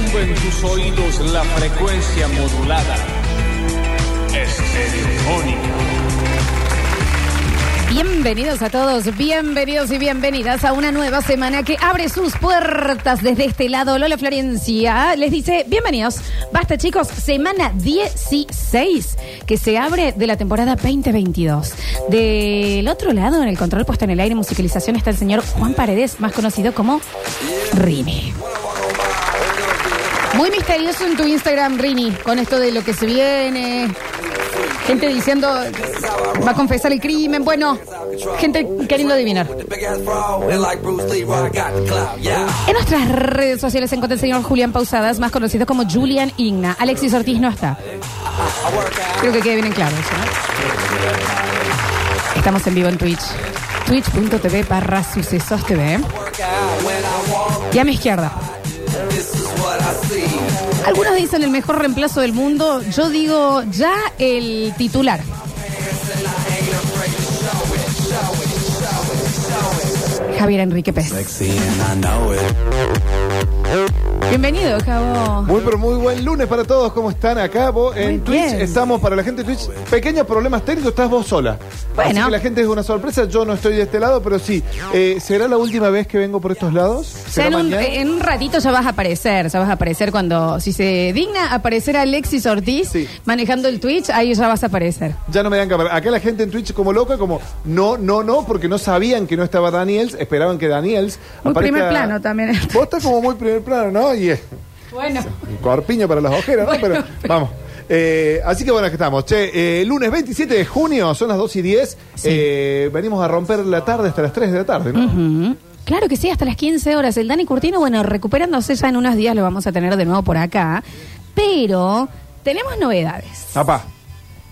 tus oídos la frecuencia modulada. Estereofónica. Bienvenidos a todos, bienvenidos y bienvenidas a una nueva semana que abre sus puertas desde este lado. Lola Florencia les dice, bienvenidos. Basta chicos, semana 16 que se abre de la temporada 2022. Del otro lado, en el control puesto en el aire y musicalización, está el señor Juan Paredes, más conocido como Rini. Muy misterioso en tu Instagram, Rini, con esto de lo que se viene. Gente diciendo, va a confesar el crimen. Bueno, gente queriendo adivinar. En nuestras redes sociales se encuentra el señor Julián Pausadas, más conocido como Julian Igna. Alexis Ortiz no está. Creo que quede bien en claro eso, ¿no? Estamos en vivo en Twitch. Twitch.tv barra sucesos TV. Y a mi izquierda. Algunos dicen el mejor reemplazo del mundo. Yo digo ya el titular. Javier Enrique Pérez. Bienvenido, Cabo. Muy pero muy buen lunes para todos, ¿cómo están? Acá vos en Muy Twitch bien. estamos para la gente de Twitch. Pequeños problemas técnicos, estás vos sola. Bueno. Así que la gente es una sorpresa, yo no estoy de este lado, pero sí. Eh, ¿Será la última vez que vengo por estos lados? Ya ¿Será en, un, mañana? en un ratito ya vas a aparecer, ya vas a aparecer cuando, si se digna aparecer Alexis Ortiz Sí. manejando el Twitch, ahí ya vas a aparecer. Ya no me dan cámara. Acá la gente en Twitch como loca, como no, no, no, porque no sabían que no estaba Daniels, esperaban que Daniels. Muy primer plano también. Vos estás como muy primer plano, ¿no? Y eh, Bueno. Un corpiño para las ojeras, ¿no? Bueno, pero vamos. Eh, así que bueno, aquí estamos. Che, eh, lunes 27 de junio, son las 2 y 10. Eh, venimos a romper la tarde hasta las 3 de la tarde, ¿no? Ujú. Claro que sí, hasta las 15 horas. El Dani Curtino, bueno, recuperándose ya en unos días lo vamos a tener de nuevo por acá. Pero tenemos novedades. Apá.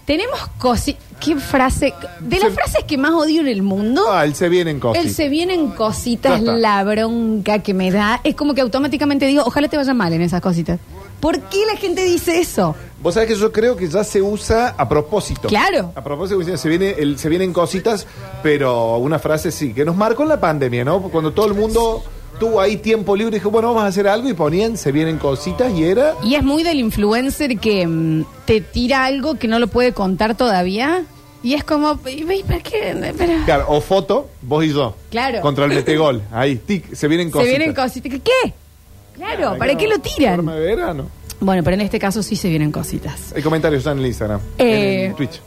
Tenemos cosi... ¿Qué frase? De las Se- frases que más odio en el mundo, Ah, él se viene en cosas. el se vienen Ya cositas, está. la bronca que me da. Es como que automáticamente digo, ojalá te vaya mal en esas cositas. ¿Por qué la gente dice eso? Vos sabés que yo creo que ya se usa a propósito. Claro. A propósito, se, viene, el- se vienen cositas, pero una frase sí, que nos marcó en la pandemia, ¿no? Cuando todo el mundo tuvo ahí tiempo libre y dijo, bueno, vamos a hacer algo y ponían, se vienen cositas y era... Y es muy del influencer que mm, te tira algo que no lo puede contar todavía. Y es como, "Y, ve, ¿para qué? Pero- Claro, o foto, vos y yo. Claro. Contra el metegol. Ahí, tic, se vienen Se cositas. vienen cositas. ¿Qué? Claro, ¿para qué lo Forma tiran? de verano. Bueno, pero en este caso sí se vienen cositas. Hay comentarios ya en el Instagram. Eh. En Twitch.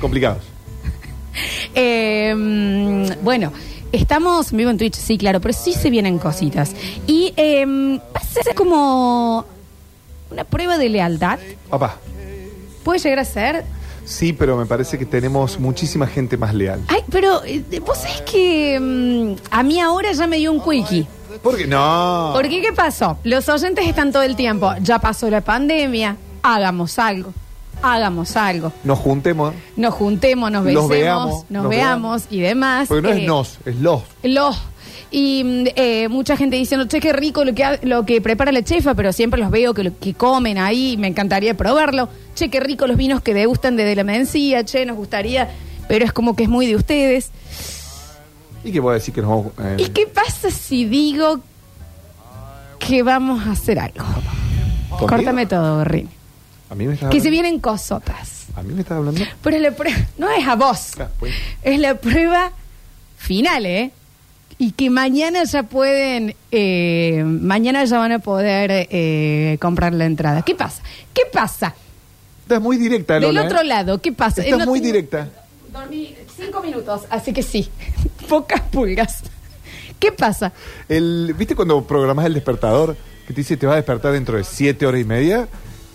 Complicados. Eh, mm, bueno, estamos en vivo en Twitch, sí, claro, pero sí se vienen cositas. Y eh, va a ser como una prueba de lealtad. Papá. Puede llegar a ser. Sí, pero me parece que tenemos muchísima gente más leal. Ay, pero eh, vos sabés que mm, a mí ahora ya me dio un quickie. ¿Por qué? No. ¿Por qué qué pasó? Los oyentes están todo el tiempo. Ya pasó la pandemia, hagamos algo. Hagamos algo. Nos juntemos. nos juntemos, nos Los besemos, veamos, nos, nos veamos y demás. Porque no Eh, es nos, es los. Los. Y mm, eh, mucha gente diciendo, che, qué rico lo que, ha- lo que prepara la chefa, pero siempre los veo que, lo, que comen ahí, me encantaría probarlo. Che, qué rico los vinos que degustan desde la mencía, che, nos gustaría, pero es como que es muy de ustedes. ¿Y qué voy a decir que nos vamos, eh, ¿Y qué pasa si digo que vamos a hacer algo? conmigo? Córtame todo, Rini. A mí me estás Que se hablando. vienen cosotas. A mí me estás hablando. Pero la prue- no es a vos. Ah, bueno. Es la prueba final, ¿eh? Y que mañana ya pueden, eh, mañana ya van a poder eh, comprar la entrada. ¿Qué pasa? ¿Qué pasa? Estás muy directa, Lola. Del ¿eh? otro lado, ¿qué pasa? Estás Eh, no muy tengo- directa. Dormí cinco minutos, así que sí, pocas pulgas. ¿Qué pasa? El, ¿Viste cuando programas el despertador que te dice te vas a despertar dentro de siete horas y media?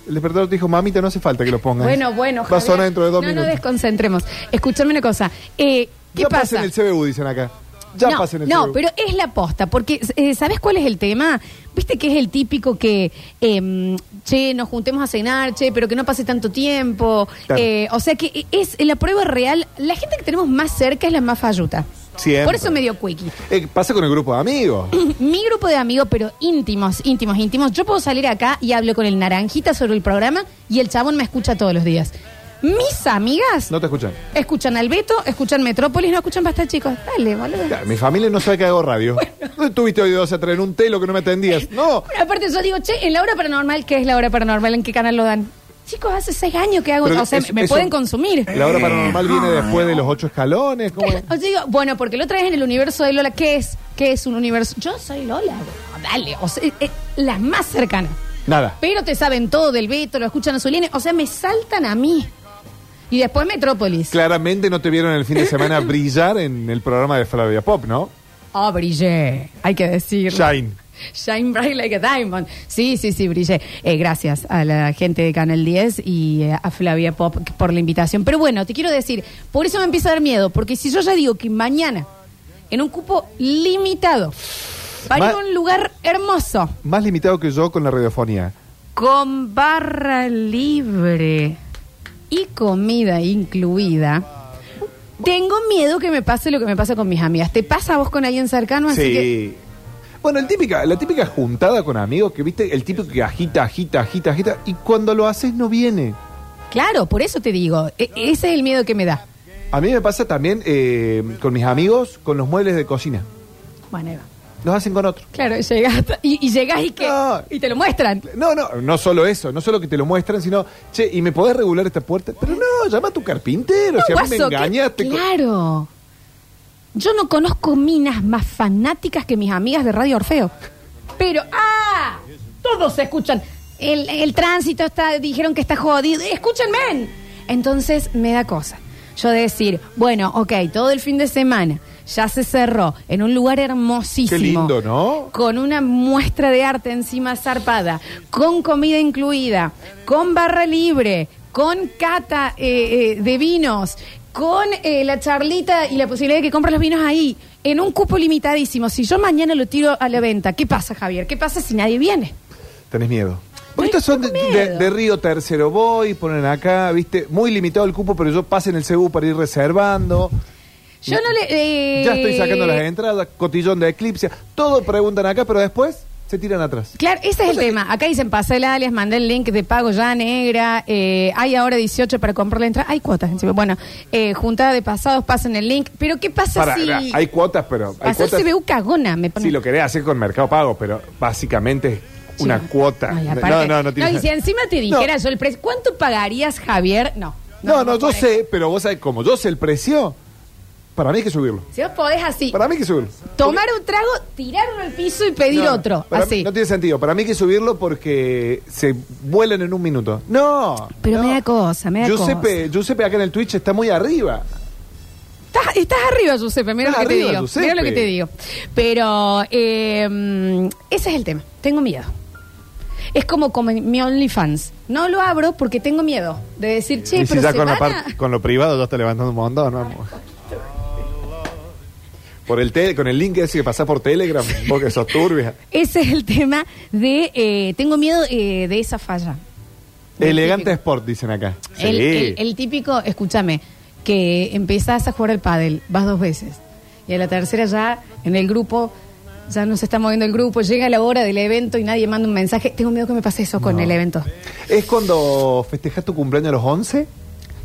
El despertador te dijo, mamita, no hace falta que lo pongas. Bueno, bueno, Va a sonar dentro de dos no nos minutos. desconcentremos. Escuchame una cosa. Eh, ¿Qué ya pasa? en el CBU, dicen acá. Ya no, pasa en el No, CBU. pero es la posta, porque eh, ¿sabes cuál es el tema? Viste que es el típico que, em, che, nos juntemos a cenar, che, pero que no pase tanto tiempo. Claro. Eh, o sea que es la prueba real. La gente que tenemos más cerca es la más falluta. Siempre. Por eso me dio quickie. Eh, pasa con el grupo de amigos. Mi grupo de amigos, pero íntimos, íntimos, íntimos. Yo puedo salir acá y hablo con el naranjita sobre el programa y el chabón me escucha todos los días. Mis amigas No te escuchan. escuchan al Beto, escuchan Metrópolis, no escuchan Basta, chicos. Dale, boludo. Claro, Mi familia no sabe que hago radio. ¿Dónde estuviste hoy dos a traer un telo que no me atendías? No. Bueno, aparte yo digo, che, en la hora paranormal, ¿qué es la hora paranormal? ¿En qué canal lo dan? Chicos, hace seis años que hago, Pero o sea, es- me eso- Eh, pueden consumir. La hora paranormal viene después de los ocho escalones. ¿cómo? Claro, yo digo, bueno, porque lo traes en el universo de Lola. ¿Qué es? ¿Qué es un universo? Yo soy Lola, bro. dale, o sea, eh, la más cercana. Nada. Pero te saben todo del Beto, lo escuchan a su línea, o sea, me saltan a mí. Y después Metrópolis. Claramente no te vieron el fin de semana brillar en el programa de Flavia Pop, ¿no? Oh, brillé, hay que decirlo. Shine. Shine bright like a diamond. Sí, sí, sí, brillé. Eh, gracias a la gente de Canal 10 y eh, a Flavia Pop por la invitación. Pero bueno, te quiero decir, por eso me empieza a dar miedo, porque si yo ya digo que mañana, en un cupo limitado, para ir a Ma- un lugar hermoso, Más limitado que yo con la radiofonía. con barra libre y comida incluida, tengo miedo que me pase lo que me pasa con mis amigas. ¿Te pasa a vos con alguien cercano? Así que- Sí. Bueno, el típica, la típica juntada con amigos que viste, el típico que agita, agita, agita, agita, y cuando lo haces no viene. claro, por eso te digo, e- ese es el miedo que me da. A mí me pasa también eh, con mis amigos, con los muebles de cocina. Bueno, ahí va. Los hacen con otro. Claro, llegas hasta- y, y llegas y que No. y te lo muestran. No, no, no solo eso, no solo que te lo muestran, sino, che, ¿y me podés regular esta puerta? Pero no, llama a tu carpintero, si a mí me Guaso, que- engañaste. con- claro. Yo no conozco minas más fanáticas que mis amigas de Radio Orfeo. Pero ah, todos se escuchan. El, el tránsito está dijeron que está jodido. Escúchenme. Entonces me da cosa. Yo decir, bueno, ok, todo el fin de semana ya se cerró en un lugar hermosísimo. Qué lindo, ¿no? con una muestra de arte encima zarpada, con comida incluida, con barra libre, con cata eh, eh, de vinos, con eh, la charlita y la posibilidad de que compres los vinos ahí, en un cupo limitadísimo. Si yo mañana lo tiro a la venta, ¿qué pasa, Javier? ¿Qué pasa si nadie viene? Tenés miedo. No, Porque estos son de, tengo de- miedo. de Río Tercero Voy, ponen acá, viste, muy limitado el cupo, pero yo pasé en el CEU para ir reservando. Yo no le... eh, Ya estoy sacando las entradas, cotillón de eclipse, todo preguntan acá, pero después se tiran atrás. Claro, ese es el tema. Acá dicen, pasé el alias, mandé el link de pago ya negra, eh, hay ahora 18 para comprar la entrada, hay cuotas encima. Bueno, eh, juntada de pasados, pasen el link. Pero ¿qué pasa Para, si...? hay cuotas, pero hay Pasar cuotas. CBU cagona, me pone. Sí, lo querés hacer con Mercado Pago, pero básicamente es Sí. una cuota. Ay, aparte- no, no, no tiene- y si encima te dijera No. yo el precio, ¿cuánto pagarías, Javier? No. No, vos no, yo podés. sé, pero vos sabés, como yo sé el precio, para mí hay que subirlo. Si vos podés así, Para mí hay que subirlo. tomar un trago, tirarlo al piso y Porque- pedir no, no, otro. para mí- así. no tiene sentido. Para mí hay que subirlo porque se vuelan en un minuto. No. Pero no. me da cosa, me da Giuseppe, Giuseppe acá en el Twitch está muy arriba. Estás, estás arriba, Giuseppe, mira lo Estás que arriba, te digo. Giuseppe. Mira lo que te digo. Pero eh, ese es el tema. Tengo miedo. Es como con mi- mi OnlyFans. No lo abro porque tengo miedo de decir, che, y pero si ya se con, la van a- parte- con lo privado ya está levantando un montón, ¿no? Por el tele, con el link ese que pasás por Telegram, vos que sos turbia. Ese es el tema de. eh, tengo miedo eh, de esa falla. Del Elegante típico. Sport, dicen acá. El, el- Sí. el típico, escúchame, que empezás a jugar el pádel, vas dos veces. Y a la tercera ya, en el grupo, ya no se está moviendo el grupo, llega la hora del evento y nadie manda un mensaje. Tengo miedo que me pase eso con el evento. ¿Es cuando festejas tu cumpleaños a los 11?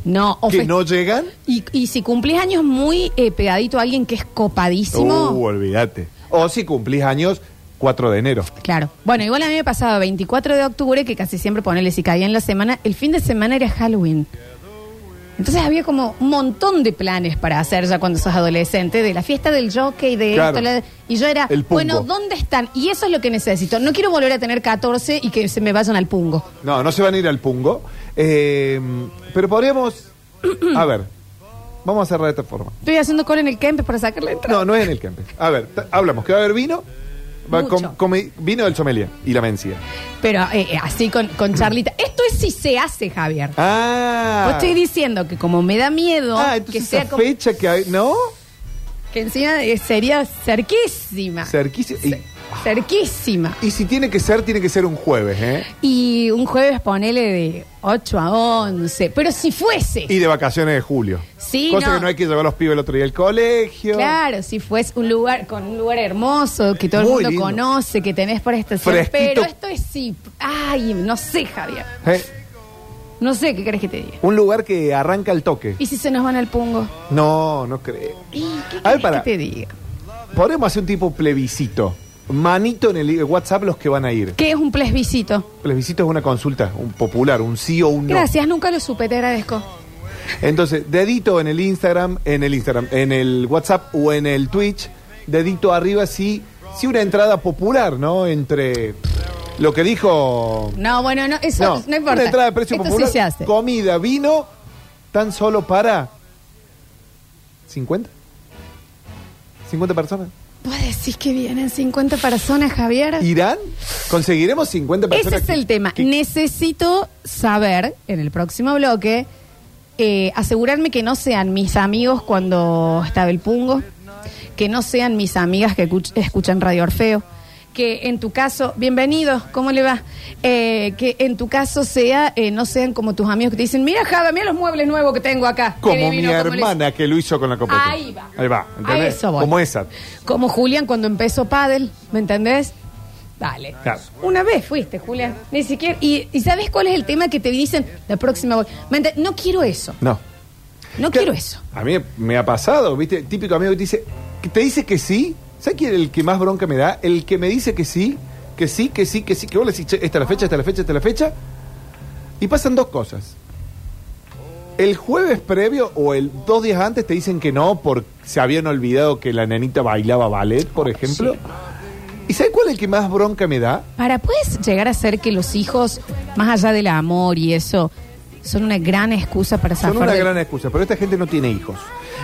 No, o ¿Que fe- no llegan? y, y si cumplís años muy eh, pegadito a alguien que es copadísimo. Uh, olvídate. O si cumplís años 4 de enero. Claro. Bueno, igual a mí me pasaba 24 de octubre, que casi siempre ponele si caía en la semana, el fin de semana era Halloween. Entonces había como un montón de planes para hacer ya cuando sos adolescente, de la fiesta del jockey, de Claro. esto, la- y yo era, El pungo. bueno, ¿dónde están? Y eso es lo que necesito. No quiero volver a tener 14 y que se me vayan al pungo. No, no se van a ir al pungo. Eh, pero podríamos... A ver, vamos a cerrar de esta forma. Estoy haciendo cola en el Kempes para sacar la entrada. No, no es en el campe. A ver, ta- hablamos que va a haber vino. Va Mucho. com- come- vino del sommelier y la mencía. Pero eh, eh, así con, con Charlita. Esto es si se hace, Javier. Mm. Ah. Vos estoy diciendo que como me da miedo Ah, que entonces sea esa como- fecha que hay... ¿No? que encima eh, sería cerquísima. Cerquísimo. Y, Cerquísima. y si tiene que ser, tiene que ser un jueves, ¿eh? Y un jueves ponele de 8 a 11. Pero si fuese. Y de vacaciones de julio. Sí, Cosa no. que no hay que llevar a los pibes el otro día al colegio. Claro, si fuese un lugar con un lugar hermoso que todo el Muy mundo lindo. conoce, que tenés para estación. Fresquito. Pero esto es sí. Ay, no sé, Javier. ¿Eh? No sé qué querés que te diga. Un lugar que arranca al toque. ¿Y si se nos van al pungo? No, no creo. ¿Y ¿Qué A ver, querés para. que te diga? Podemos hacer un tipo plebiscito. Manito en el WhatsApp los que van a ir. ¿Qué es un plebiscito? Plebiscito es una consulta, un popular, un sí o un no. Gracias, nunca lo supe, te agradezco. Entonces, dedito en el Instagram, en el Instagram, en el WhatsApp o en el Twitch, dedito arriba si, si una entrada popular, ¿no? Entre lo que dijo. No, bueno, no, eso no, importa. Una entrada de precio Esto popular, sí se hace. comida, vino, tan solo para 50. 50 personas. ¿Vos decís que vienen 50 personas, Javier? ¿Irán? ¿Conseguiremos 50 Ah. Ese personas? es el que- tema. que- Necesito saber en el próximo bloque, eh, asegurarme que no sean mis amigos cuando estaba el pungo, que no sean mis amigas que escuch- escuchan Radio Orfeo, que en tu caso, bienvenido, ¿cómo le va? Eh, que en tu caso sea, eh, no sean como tus amigos que te dicen, mira Java, mira los muebles nuevos que tengo acá. Qué Como mi divino, cómo les-". hermana que lo hizo con la copeta. Ahí va. Ahí va. A ¿entendés? eso voy. Como esa. Como Julián cuando empezó Paddle, ¿me entendés? Dale. Claro. Una vez fuiste, Julián. Ni siquiera. ¿Y, y sabes cuál es el tema que te dicen la próxima vez? ¿Me ente- No quiero eso. No. No ¿Qué? quiero eso. A mí me ha pasado, ¿viste? Típico amigo que te dice, que te dice que sí. ¿Sabes quién es el que más bronca me da? El que me dice que sí, que sí, que sí, que sí, que vos le decís, "Che, esta es la fecha, esta es la fecha, esta es la fecha. Y pasan dos cosas. El jueves previo o el dos días antes te dicen que no porque se habían olvidado que la nenita bailaba ballet, por ejemplo. ¿Y sabes cuál es el que más bronca me da? Para, ¿puedes llegar a ser que los hijos, más allá del amor y eso, son una gran excusa para zafar? Son una de- gran excusa, pero esta gente no tiene hijos.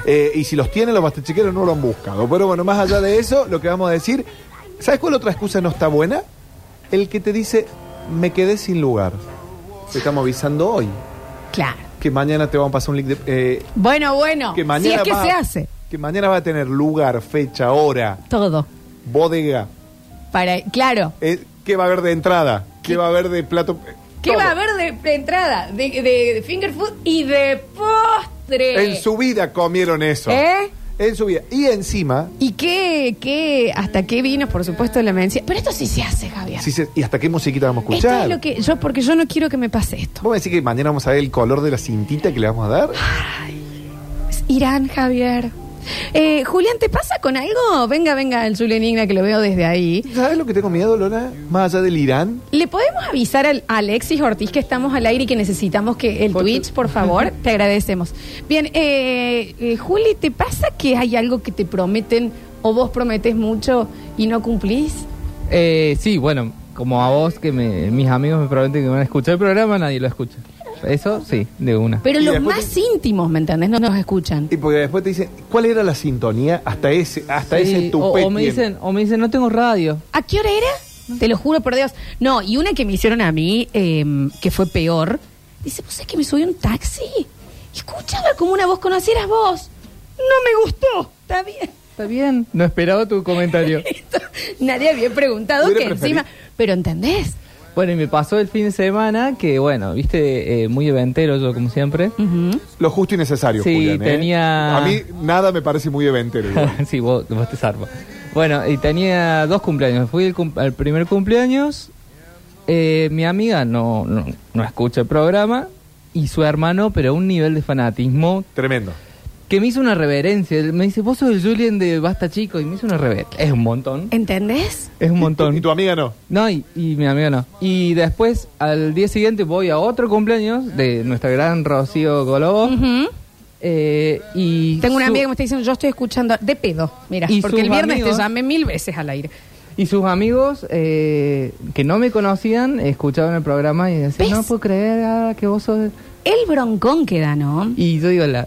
Eh, y si los tienen, los bastachiqueros no lo han buscado. Pero bueno, más allá de eso, lo que vamos a decir, ¿sabes cuál otra excusa no está buena? El que te dice, me quedé sin lugar. Te estamos avisando hoy, Claro. que mañana te vamos a pasar un link de... eh, Bueno, bueno. que si mañana es que va- se hace. Que mañana va a tener lugar, fecha, hora, Todo. bodega, Para, claro. eh, qué va a haber de entrada, qué, va a haber de plato... eh, ¿Qué todo. va a haber de, de entrada? De, de- de finger food y de postre. En su vida comieron eso. ¿Eh? En su vida. Y encima, ¿Y qué, qué, hasta qué vino, por supuesto, la mencía? Pero esto sí se hace, Javier. si se- ¿y hasta qué musiquita vamos a esto escuchar? es lo que yo, porque yo no quiero que me pase esto. ¿Vos me decís que mañana vamos a ver el color de la cintita que le vamos a dar? Es Irán, Javier. Eh, Julián, ¿te pasa con algo? Venga, venga, el Zulia Enigma que lo veo desde ahí. ¿Sabes lo que tengo miedo, Lola? Más allá del Irán. ¿Le podemos avisar al a Alexis Ortiz que estamos al aire y que necesitamos que el Por- Twitch, por favor? Te agradecemos. Bien, eh, eh, Juli, ¿te pasa que hay algo que te prometen o vos prometes mucho y no cumplís? Eh, sí, bueno, como a vos, que me- mis amigos me prometen que van a escuchar el programa, nadie lo escucha. Eso sí, de una. Pero Y los después más íntimos, ¿me entendés? No nos escuchan. Y porque después te dicen, ¿cuál era la sintonía? Hasta ese, hasta ese Sí, o, tupé o me tiene. dicen, o me dicen, no tengo radio. ¿A qué hora era? Te lo juro por Dios. No, y una que me hicieron a mí, eh, que fue peor, dice, ¿vos sabés que me subió un taxi? Escuchaba como una voz conocieras vos. No me gustó. Está bien. Está bien. No esperaba tu comentario. Esto, Nadie había preguntado que Hubiera encima... Pero ¿entendés? bueno, y me pasó el fin de semana que, bueno, viste, eh, muy eventero yo, como siempre. Ujú. Lo justo y necesario, Sí, Julián, ¿eh? tenía- A mí nada me parece muy eventero. igual. sí, vos, vos te salvas. Bueno, y tenía dos cumpleaños. Fui el cum- al primer cumpleaños. eh, mi amiga no, no, no escucha el programa. Y su hermano, pero a un nivel de fanatismo Tremendo. que me hizo una reverencia. Él Me dice, vos sos el Julien de Basta Chico. Y me hizo una reverencia. Es un montón. ¿Entendés? Es un Y montón. tu- Y tu amiga no. No, y, y mi amigo no. Y después, al día siguiente, voy a otro cumpleaños de nuestra gran Rocío Golobo. Ujú. eh, y Tengo una su- amiga que me está diciendo, yo estoy escuchando de pedo. Mira, Y porque sus el viernes amigos- te llamé mil veces al aire. Y sus amigos eh, que no me conocían escuchaban el programa y decían, ¿Ves? no puedo creer ah, que vos sos... El broncón que da, ¿no? Y yo digo, la,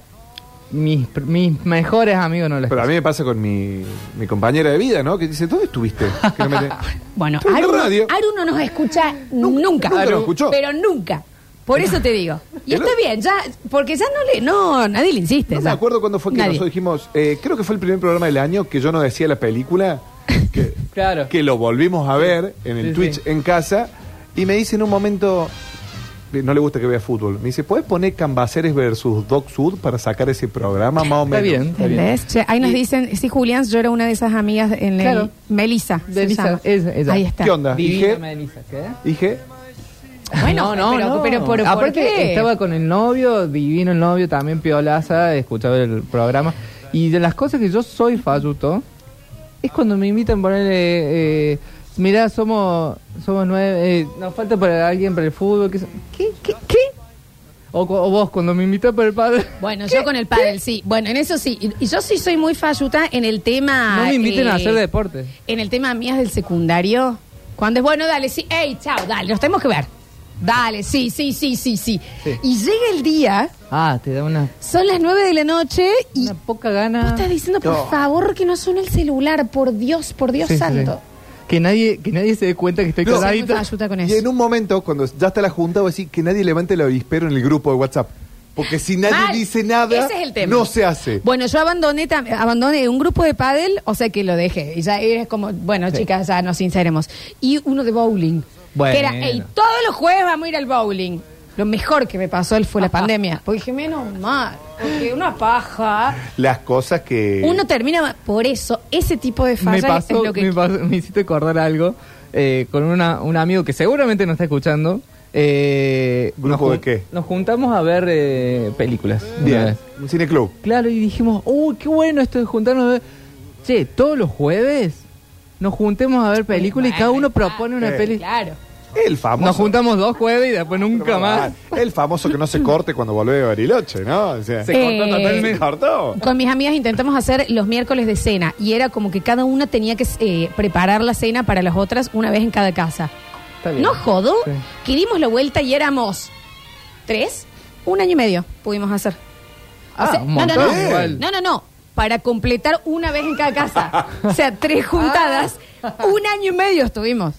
mis, pr- mis mejores amigos no lo Pero a escuchan. mí me pasa con mi, mi compañera de vida, ¿no? Que dice, ¿dónde estuviste? Que no me te- Bueno, Estuve en Aru, la radio. Aru no nos escucha nunca. nunca lo escuchó. Pero nunca. Por eso te digo. Y Pero- está bien, ya, porque ya no le, no, nadie le insiste. No me ya. acuerdo cuándo fue que Nadie. nosotros dijimos, eh, creo que fue el primer programa del año que yo no decía la película, que, Claro. que lo volvimos a ver en el Sí, Twitch sí. en casa, y me dice en un momento, eh, no le gusta que vea fútbol, me dice, ¿puedes poner Cambaceres versus Doc Sud para sacar ese programa más o Está menos? bien, está bien. ¿Entendés? Che, ahí nos dicen, sí, Julián, yo era una de esas amigas en el. Claro. Melissa. De se Lisa, llama. esa, esa. Ahí está. ¿Qué onda? Divina Dije- Melissa, ¿qué? Dije, Bueno, pero, pero por, ¿por Aparte, qué? estaba con el novio, divino el novio, también piolaza, escuchaba el programa. Y de las cosas que yo soy falluto, es cuando me invitan a ponerle. Eh, mirá, somos, somos nueve, eh, nos falta para alguien para el fútbol. ¿Qué? sé- ¿Qué? ¿Qué? ¿Qué? O, cu- o vos, cuando me invitas para el padre. Bueno, yo con el pádel, sí. Bueno, en eso sí. Y- Y yo sí soy muy falluta en el tema... no me inviten a eh, hacer deporte. En el tema mías del secundario. Cuando es bueno, dale, sí. Ey, chao, dale, nos tenemos que ver. Dale, sí, sí, sí, sí, sí. Sí. Y llega el día, Ah, te da una, son las nueve de la noche y... una poca Vos gana. estás diciendo, por No. favor, que no suene el celular, por Dios, por Dios Sí, sí, santo. sí. Que nadie, que nadie se dé cuenta que estoy No. Soy muy caladito. falluta con Y eso. en un momento, cuando ya está la junta, voy a decir que nadie levante el avispero en el grupo de WhatsApp. Porque si nadie Mal. dice nada, Ese es el tema. no se hace. Bueno, yo abandoné, tam- abandoné un grupo de pádel, o sea que lo dejé. Y ya eres como, bueno, chicas, ya nos sinceremos. Y uno de bowling. Bueno. Que era, "Ey, todos los jueves vamos a ir al bowling. Lo mejor que me pasó él fue la pandemia. Porque dije, menos mal, porque una paja. Las cosas que. Uno termina, por eso, ese tipo de me fallas es pasó, lo que... me, pasó- me hiciste acordar algo eh, con una- un amigo que seguramente no está escuchando. eh, ¿Grupo nos de jun- qué? Nos juntamos a ver eh, películas. Una Bien. vez. Un cineclub. Claro, y dijimos, uy, qué bueno esto de juntarnos a ver. Che, todos los jueves nos juntemos a ver películas y Bueno, cada uno claro, propone una sí. peli. Claro. El famoso. ah, Nos juntamos dos jueves y después nunca más. El famoso que no se corte cuando vuelve a Bariloche, ¿no? O sea, Se Eh, cortó se totalmente. cortó. Con mis amigas intentamos hacer los miércoles de cena y era como que cada una tenía que eh, preparar la cena para las otras una vez en cada casa. Está bien. No jodo, Sí. que dimos la vuelta y éramos tres, un año y medio pudimos hacer. O Ah, un no, no, montón no, igual. no, no, no, para completar una vez en cada casa. o sea, tres juntadas, Ah. un año y medio estuvimos.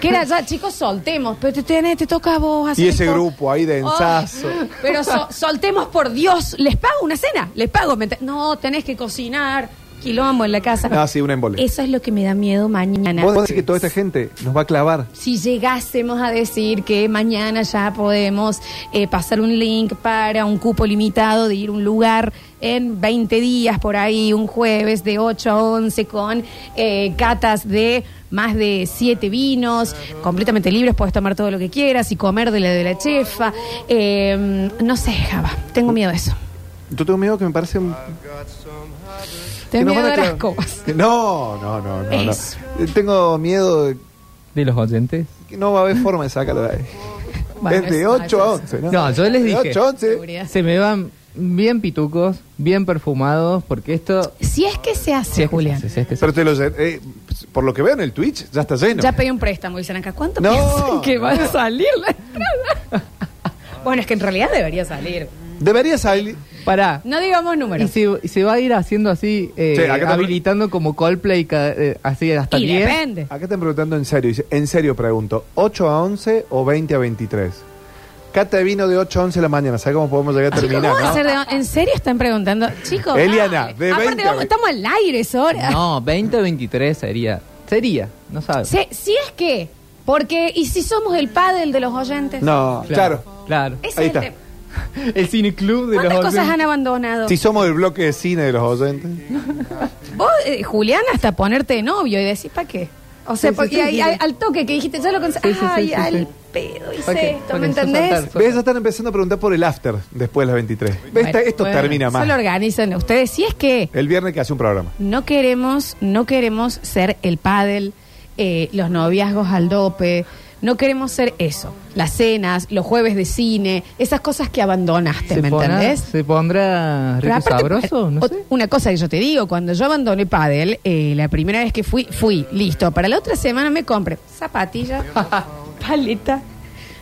Que era ya, chicos, soltemos, pero te, tenés, te toca a vos hacer Y ese esto. grupo ahí de ensazo. Ay, pero so- soltemos por Dios, les pago una cena, les pago. ¿me ent- No, tenés que cocinar, quilombo en la casa. Ah, sí, una embolia. Eso es lo que me da miedo mañana. Vos decís que este toda esta gente nos va a clavar. Si llegásemos a decir que mañana ya podemos eh, pasar un link para un cupo limitado de ir a un lugar en 20 días por ahí, un jueves de 8 a 11 con eh, catas de más de 7 vinos, completamente libres, puedes tomar todo lo que quieras y comer de la de la chefa. Eh, no sé, Java, tengo miedo de eso. Yo tengo miedo que me parece un que Tengo nos miedo van a de las clavar. copas. Que- No, no, no, no. no. Eso. Eh, Tengo miedo de De los oyentes. que no va a haber forma de sacarlo de ahí. Bueno, es de eso- 8 a eso- 11, ¿no? No, yo De les dije. 8 a 11. Seguridad. Se me van bien pitucos, bien perfumados, porque esto. Si es que se hace, Sí, es que Julián. sí, sí, es que sí. Pero te lo llen- eh, por lo que veo en el Twitch, ya está lleno. Ya pedí un préstamo, dicen acá. ¿Cuánto No. piensan que va a salir la entrada? bueno, es que en realidad debería salir. Debería salir. Pará. No digamos números. Y se, y se va a ir haciendo así, eh, Sí, acá está- habilitando como Coldplay, ca- eh, así hasta Y 10. depende. Acá están preguntando en serio. Dice, en serio pregunto, ¿8 a 11 o 20 a 23? Cata de vino de 8 a 11 de la mañana. ¿Sabes cómo podemos llegar a Chicos, ¿cómo terminar? va a no? ser de- ¿En serio están preguntando? Chicos, Eliana, dale. de Aparte, 20 a vamos- 20. estamos al aire esa hora. No, 20 o 23 sería. Sería, no sabes. Si, si es que, porque, ¿y si somos el pádel de los oyentes? No, claro. Claro. Ese ahí es el está. tema. El cineclub de los Eh, ¿Cuántas cosas oyentes. han abandonado? Si somos el bloque de cine de los oyentes. Vos, eh, Julián, hasta ponerte de novio y decís, ¿para qué? O sea, Sí, sí, porque sí, ahí, sí. al, al toque que dijiste, ya lo con sí, sí, Ay, sí, al sí. pedo hice ¿Pa qué? esto, ¿Pa ¿me qué? Eso entendés? saltar. ¿Ves? Ya están empezando a preguntar por el after después de las 23. ¿Ves? Bueno, Está- esto bueno, termina Solo más. organizan ustedes. Si es que El viernes que hace un programa. no queremos, no queremos ser el pádel, eh, los noviazgos al dope, no queremos ser eso. Las cenas, los jueves de cine, esas cosas que abandonaste, ¿Se, ¿me pondrá- entendés? ¿Se pondrá rico Pero y aparte, sabroso? No o- sé. Una cosa que yo te digo, cuando yo abandoné pádel, eh, la primera vez que fui, fui, listo. Para la otra semana me compré zapatillas, paleta.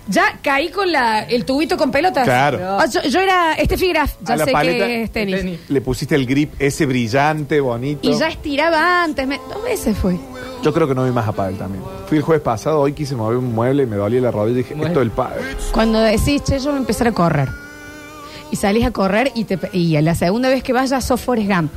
Ya caí con la, el tubito con pelotas. Claro. Ah, yo, yo era este Figraf, ya A la sé paleta- que es tenis. tenis. Le pusiste el grip ese brillante, bonito. Y ya estiraba antes, me- dos veces fue. Yo creo que no vi más a Padel también. Fui el jueves pasado, hoy quise mover un mueble y me dolía la rodilla y dije, Bueno. esto es el Padel. Cuando decís, che, yo voy a empezar a correr. Y salís a correr y, te, y a la segunda vez que vayas sos Forrest Gump.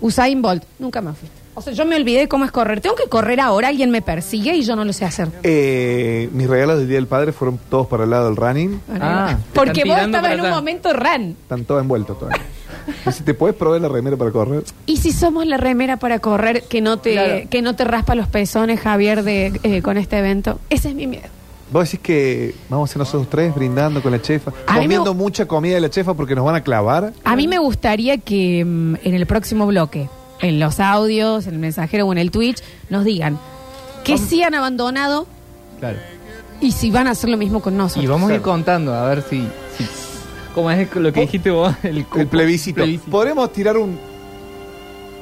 Usain Bolt, nunca más fui. O sea, yo me olvidé cómo es correr. Tengo que correr ahora, alguien me persigue y yo no lo sé Ah, hacer. Eh, mis regalos del Día del Padre fueron todos para el lado del running. Bueno, Ah, ahí va. te Porque vos están tirando estabas para en un atrás. momento run. Están todos envueltos todavía. Y si te puedes probar la remera para correr. ¿Y si somos la remera para correr que no te, Claro. que no te raspa los pezones, Javier, de, eh, con este evento? Ese es mi miedo. Vos decís que vamos a ser nosotros tres brindando con la chefa, A mí me comiendo gu- mucha comida de la chefa porque nos van a clavar. A mí me gustaría que mm, en el próximo bloque, en los audios, en el mensajero o en el Twitch, nos digan que sí han abandonado Claro. y si van a hacer lo mismo con nosotros. Y vamos a ir Claro. contando, a ver si. si- ¿Cómo es lo que dijiste vos? El, cupo, El plebiscito. Podremos tirar un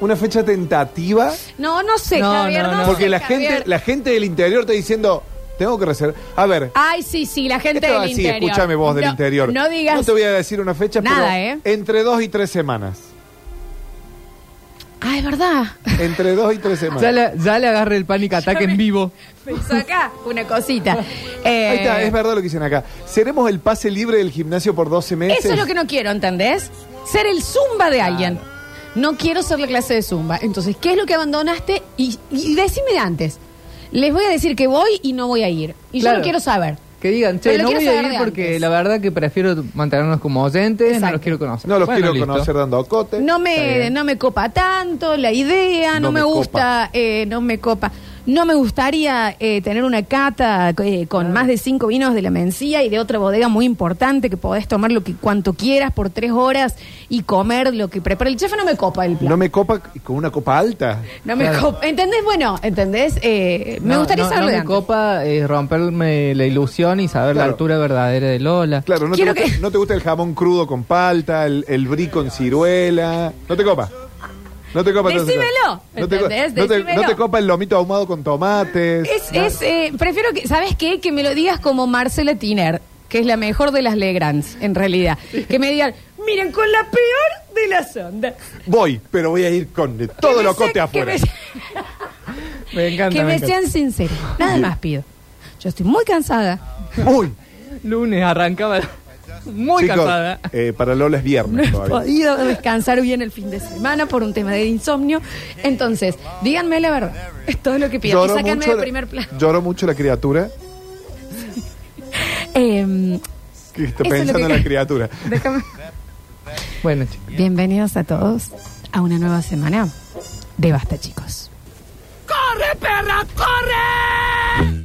una fecha tentativa No, no sé, No, Javier, no, no, no. sé, porque la Javier. gente la gente del interior está diciendo, tengo que reservar. A ver, Ay, sí, sí, la Ah, gente esto del así, interior. escúchame vos del No, interior. No digas. No te voy a decir una fecha, Nada, pero ¿eh? entre dos y tres semanas. Ah, es verdad. Entre dos y tres semanas. Ya le, ya le agarré el pánico ataque en vivo. Me hizo acá una cosita. Eh, Ahí está, es verdad lo que dicen acá. ¿Seremos el pase libre del gimnasio por 12 meses? Eso es lo que no quiero, ¿entendés? Ser el zumba de alguien. No quiero ser la clase de zumba. Entonces, ¿qué es lo que abandonaste? Y, y decime de antes. Les voy a decir que voy y no voy a ir. Y yo Claro. no quiero saber. Que digan, che, Pero lo no quiero voy a saber ir de porque antes. la verdad que prefiero mantenernos como oyentes, no Exacto. los quiero conocer. No los Bueno, quiero listo. conocer dando acote. No Está me, bien. no me copa tanto la idea, no, No me, me gusta, eh, no me copa. No me gustaría eh, tener una cata eh, con más de cinco vinos de la Mencía y de otra bodega muy importante que podés tomar lo que cuanto quieras por tres horas y comer lo que prepara el chef. No me copa el plan. No me copa c- con una copa alta. No me Claro. copa. ¿Entendés? Bueno, ¿entendés? Eh, me No, gustaría no, saberlo no de me antes. copa eh, romperme la ilusión y saber Claro. la altura verdadera de Lola. Claro, no te, Quiero gusta, que- no te gusta el jamón crudo con palta, el, el brie con ciruela. No te copa. No te copa. entonces. Decímelo, No te, co- ¿entendés? no te- Decímelo. no te copa el lomito ahumado con tomates. Es, es, eh, prefiero que, ¿sabes qué? Que me lo digas como Marcela Tiner, que es la mejor de las Legrands, en realidad. Que me digan, miren, con la peor de las ondas. Voy, pero voy a ir con de todo Que me lo cote sea- afuera. Que Me me, encanta. que me me encanta. sean sinceros. Nada más pido. Yo estoy muy cansada. Muy. Lunes arrancaba muy Chicos, cansada. eh, para Lola es No viernes he todavía. podido descansar bien el fin de semana por un tema de insomnio. Entonces, díganme la verdad. Es todo lo que pido. Y Lloró sáquenme mucho, de la- primer plano. lloró mucho la criatura. Em, Que Eso está es lo pensando que- en la criatura. déjame. Bueno, chicos. Bienvenidos a todos a una nueva semana de Basta, chicos. ¡Corre, perra, corre!